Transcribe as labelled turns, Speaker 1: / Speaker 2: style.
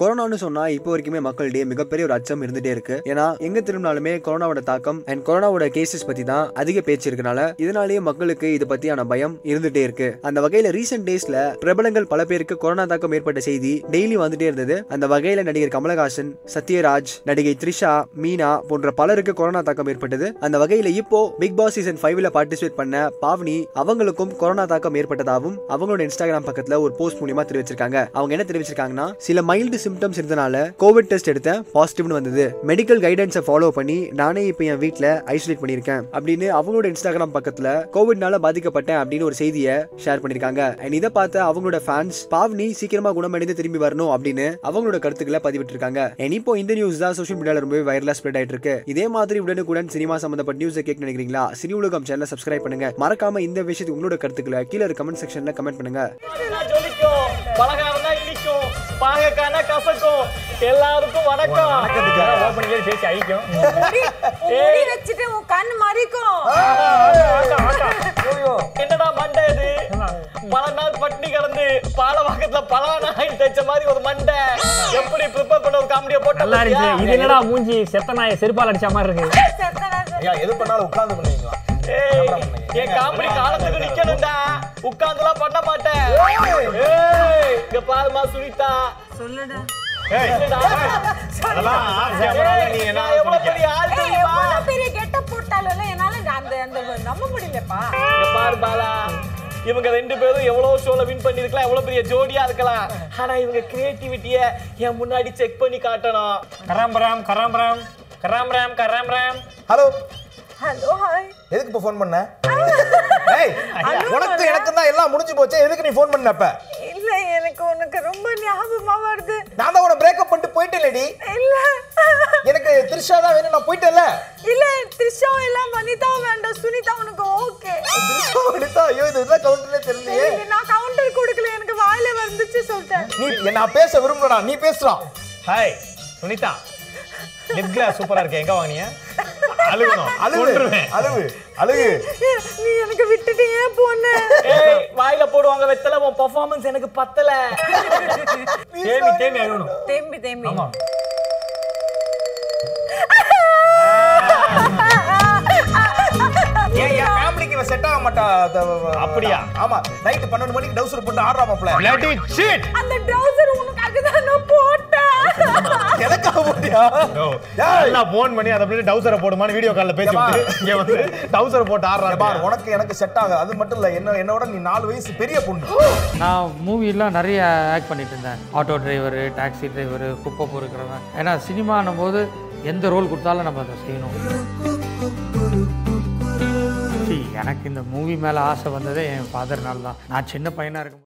Speaker 1: கொரோனான்னு சொன்னா இப்போ வரைக்குமே மக்களிடையே மிகப்பெரிய ஒரு அச்சம் இருந்துட்டே இருக்கு ஏன்னா எங்க திரும்பினாலுமே கொரோனாவோட தாக்கம் அண்ட் கொரோனாவோட கேசஸ் பத்தி தான் அதிக பேச்சு இருக்கனால இதனாலேயே மக்களுக்கு இது பத்தியான பயம் இருந்துட்டே இருக்கு அந்த வகையில ரீசெண்ட் டேஸ்ல பிரபலங்கள் பல பேருக்கு கொரோனா தாக்கம் ஏற்பட்ட செய்தி டெய்லி வந்துட்டே இருந்தது அந்த வகையில நடிகர் கமலஹாசன் சத்யராஜ் நடிகை த்ரிஷா மீனா போன்ற பலருக்கு கொரோனா தாக்கம் ஏற்பட்டது அந்த வகையில இப்போ பிக் பாஸ் சீசன் ஃபைவ்ல பார்ட்டிசிபேட் பண்ண பாவ்னி அவங்களுக்கும் கொரோனா தாக்கம் ஏற்பட்டதாகவும் அவங்களோட இன்ஸ்டாகிராம் பக்கத்துல ஒரு போஸ்ட் மூலியமா தெரிவிச்சிருக்காங்க அவங்க என்ன தெரிவிச்சிருக்காங்கன்னா சில மைல்டு சிம்டம்ஸ் இருந்தனால கோவிட் டெஸ்ட் எடுத்தேன் பாசிட்டிவ்னு வந்தது மெடிக்கல் கைடன்ஸை ஃபாலோ பண்ணி நானே இப்போ என் வீட்டில் ஐசோலேட் பண்ணியிருக்கேன் அப்படின்னு அவங்களோட இன்ஸ்டாகிராம் பக்கத்தில் கோவிட்னால பாதிக்கப்பட்டேன் அப்படின்னு ஒரு செய்தியை ஷேர் பண்ணியிருக்காங்க அண்ட் இதை பார்த்த அவங்களோட ஃபேன்ஸ் பாவ்னி சீக்கிரமா குணமடைந்து திரும்பி வரணும் அப்படின்னு அவங்களோட கருத்துக்களை பதிவிட்டிருக்காங்க அண்ட் இப்போ இந்த நியூஸ் தான் சோஷியல் மீடியாவில் ரொம்பவே வைரலாக ஸ்ப்ரெட் ஆயிட்டு இருக்கு இதே மாதிரி உடனுக்குடன் சினிமா சம்பந்தப்பட்ட நியூஸை கேட்க நினைக்கிறீங்களா சினி உலகம் சேனலை சப்ஸ்கிரைப் பண்ணுங்க மறக்காம இந்த விஷயத்துக்கு உங்களோட கருத்துக்களை கீழே கமெண்ட் செக்ஷன்ல கமெண்ட் பண்ணுங்க
Speaker 2: நான் ஜொலிக்கும் பலகாரம் தான் இனிக்கும் பாகக்கானா கசக்கும் எல்லாருக்கும் வணக்கம் ஓபன் கேட்டு பேசி ஐக்கும்
Speaker 3: உன் முடி வச்சுட்டு உன் கண் மறிக்கும்
Speaker 2: என்னடா மண்டை இது பல நாள் பட்டினி கிடந்து பாலவாக்கத்துல பலானா தைச்ச மாதிரி ஒரு மண்டை எப்படி ப்ரிப்பேர் பண்ண ஒரு காமெடியை போட்டு
Speaker 4: நல்லா இருந்துச்சு இது என்னடா மூஞ்சி செத்த நாய் செருப்பால் அடிச்ச மாதிரி இருக்கு
Speaker 3: செத்தனா செத்த.
Speaker 2: என் காமெடி காலத்துக்கு நிக்கணும்டா உட்கார்ந்துலாம் பண்ண மாட்டேன் ஏய், இங்க பாருமா சுனிதா
Speaker 3: சொல்லுடா
Speaker 2: என்னடா? ஏய், நான் எவ்வளவு பெரிய ஆள்
Speaker 3: ஏய்,
Speaker 2: தெரியுமா?
Speaker 3: எவ்வளவு பெரிய getup போட்டாலும் என்னால அந்த அந்த நம்ப முடியலப்பா
Speaker 2: இங்க பாரு பாலா இவங்க ரெண்டு பேரும் எவ்வளவு ஷோல வின் பண்ணிருக்கலாம் எவ்வளவு பெரிய ஜோடியா இருக்கலாம் ஆனா இவங்க கிரியேட்டிவிட்டிய என் முன்னாடி செக் பண்ணி காட்டணும்
Speaker 4: கராம்பராம் கராம்பராம் கராம்பராம் கராம்பராம்
Speaker 5: ஹலோ
Speaker 3: ஹலோ ஹாய்
Speaker 5: எதுக்கு இப்போ ஃபோன் பண்ண ஏய் உனக்கு எனக்கு தான் எல்லாம் முடிஞ்சு போச்சே எதுக்கு நீ ஃபோன் பண்ண அப்ப
Speaker 3: இல்ல எனக்கு உனக்கு ரொம்ப ஞாபகமா வருது
Speaker 5: நான் தான் உன பிரேக்கப் பண்ணிட்டு போயிட்டேன்டி
Speaker 3: இல்ல
Speaker 5: எனக்கு த்ரிஷா தான் வேணும் நான் போயிட்டேன்ல
Speaker 3: இல்ல த்ரிஷா எல்லாம் வனிதா வேண்டாம் சுனிதா உனக்கு ஓகே
Speaker 5: த்ரிஷா எடுத்தா ஐயோ இது என்ன கவுண்டர்னே தெரியலையே
Speaker 3: நான் கவுண்டர் கொடுக்கல எனக்கு வாயில வந்துச்சு சொல்லிட்டேன்
Speaker 5: நீ என்ன- நான் பேச விரும்பலடா நீ பேசலாம்
Speaker 6: ஹாய் சுனிதா லிப் கிளாஸ் சூப்பரா இருக்கு எங்க வாங்குனீங்க அழுகணும்
Speaker 5: அழுகு
Speaker 6: கொன்றுவேன்.
Speaker 5: அழுகு அழுகு
Speaker 3: நீ எனக்கு விட்டுட்டு ஏன் போன
Speaker 2: ஏய் வாயில போடுவாங்க வெத்தல உன் பெர்ஃபார்மன்ஸ் எனக்கு பத்தல
Speaker 6: தேம்பி தேம்பி அழுகணும்
Speaker 3: தேம்பி தேம்பி
Speaker 6: ஆமா
Speaker 5: ஏன் என் ஃபேமிலிக்கு இவன் செட் ஆக மாட்டா அத- அத-
Speaker 6: அப்படியா?
Speaker 5: ஆமா நைட் பன்னெண்டு மணிக்கு டவுசர் போட்டு ஆடுறா மாப்ள
Speaker 6: பிளட்டி ஷிட்
Speaker 3: அந்த ட்ரௌசர் உனக்காக தான் நான் போட்டேன்
Speaker 5: எனக்கு போட்டியா ஏய்.
Speaker 6: நான் போன் பண்ணி அதை அப்படியே டவுசரை போடுமான்னு வீடியோ கால்ல பேசி
Speaker 5: ஏம்மா.
Speaker 6: விட்டு இங்க வந்து டவுசரை போட்டு
Speaker 5: இங்க பாரு
Speaker 6: ஆடுறாங்க
Speaker 5: உனக்கு எனக்கு செட் ஆகாது அது மட்டும் இல்ல என்ன என்னோட நீ நாலு வயசு பெரிய பொண்ணு
Speaker 7: நான் மூவிலாம் நிறைய ஆக்ட் பண்ணிட்டு இருந்தேன் ஆட்டோ டிரைவரு டாக்ஸி டிரைவரு குப்பை பொறுக்கிறவன் ஏன்னா சினிமான்னும் போது எந்த ரோல் கொடுத்தாலும் நம்ம அதை செய்யணும் சி, எனக்கு இந்த மூவி மேலே ஆசை வந்ததே என் ஃபாதர்னால தான் நான் சின்ன பையனாக இருக்கும்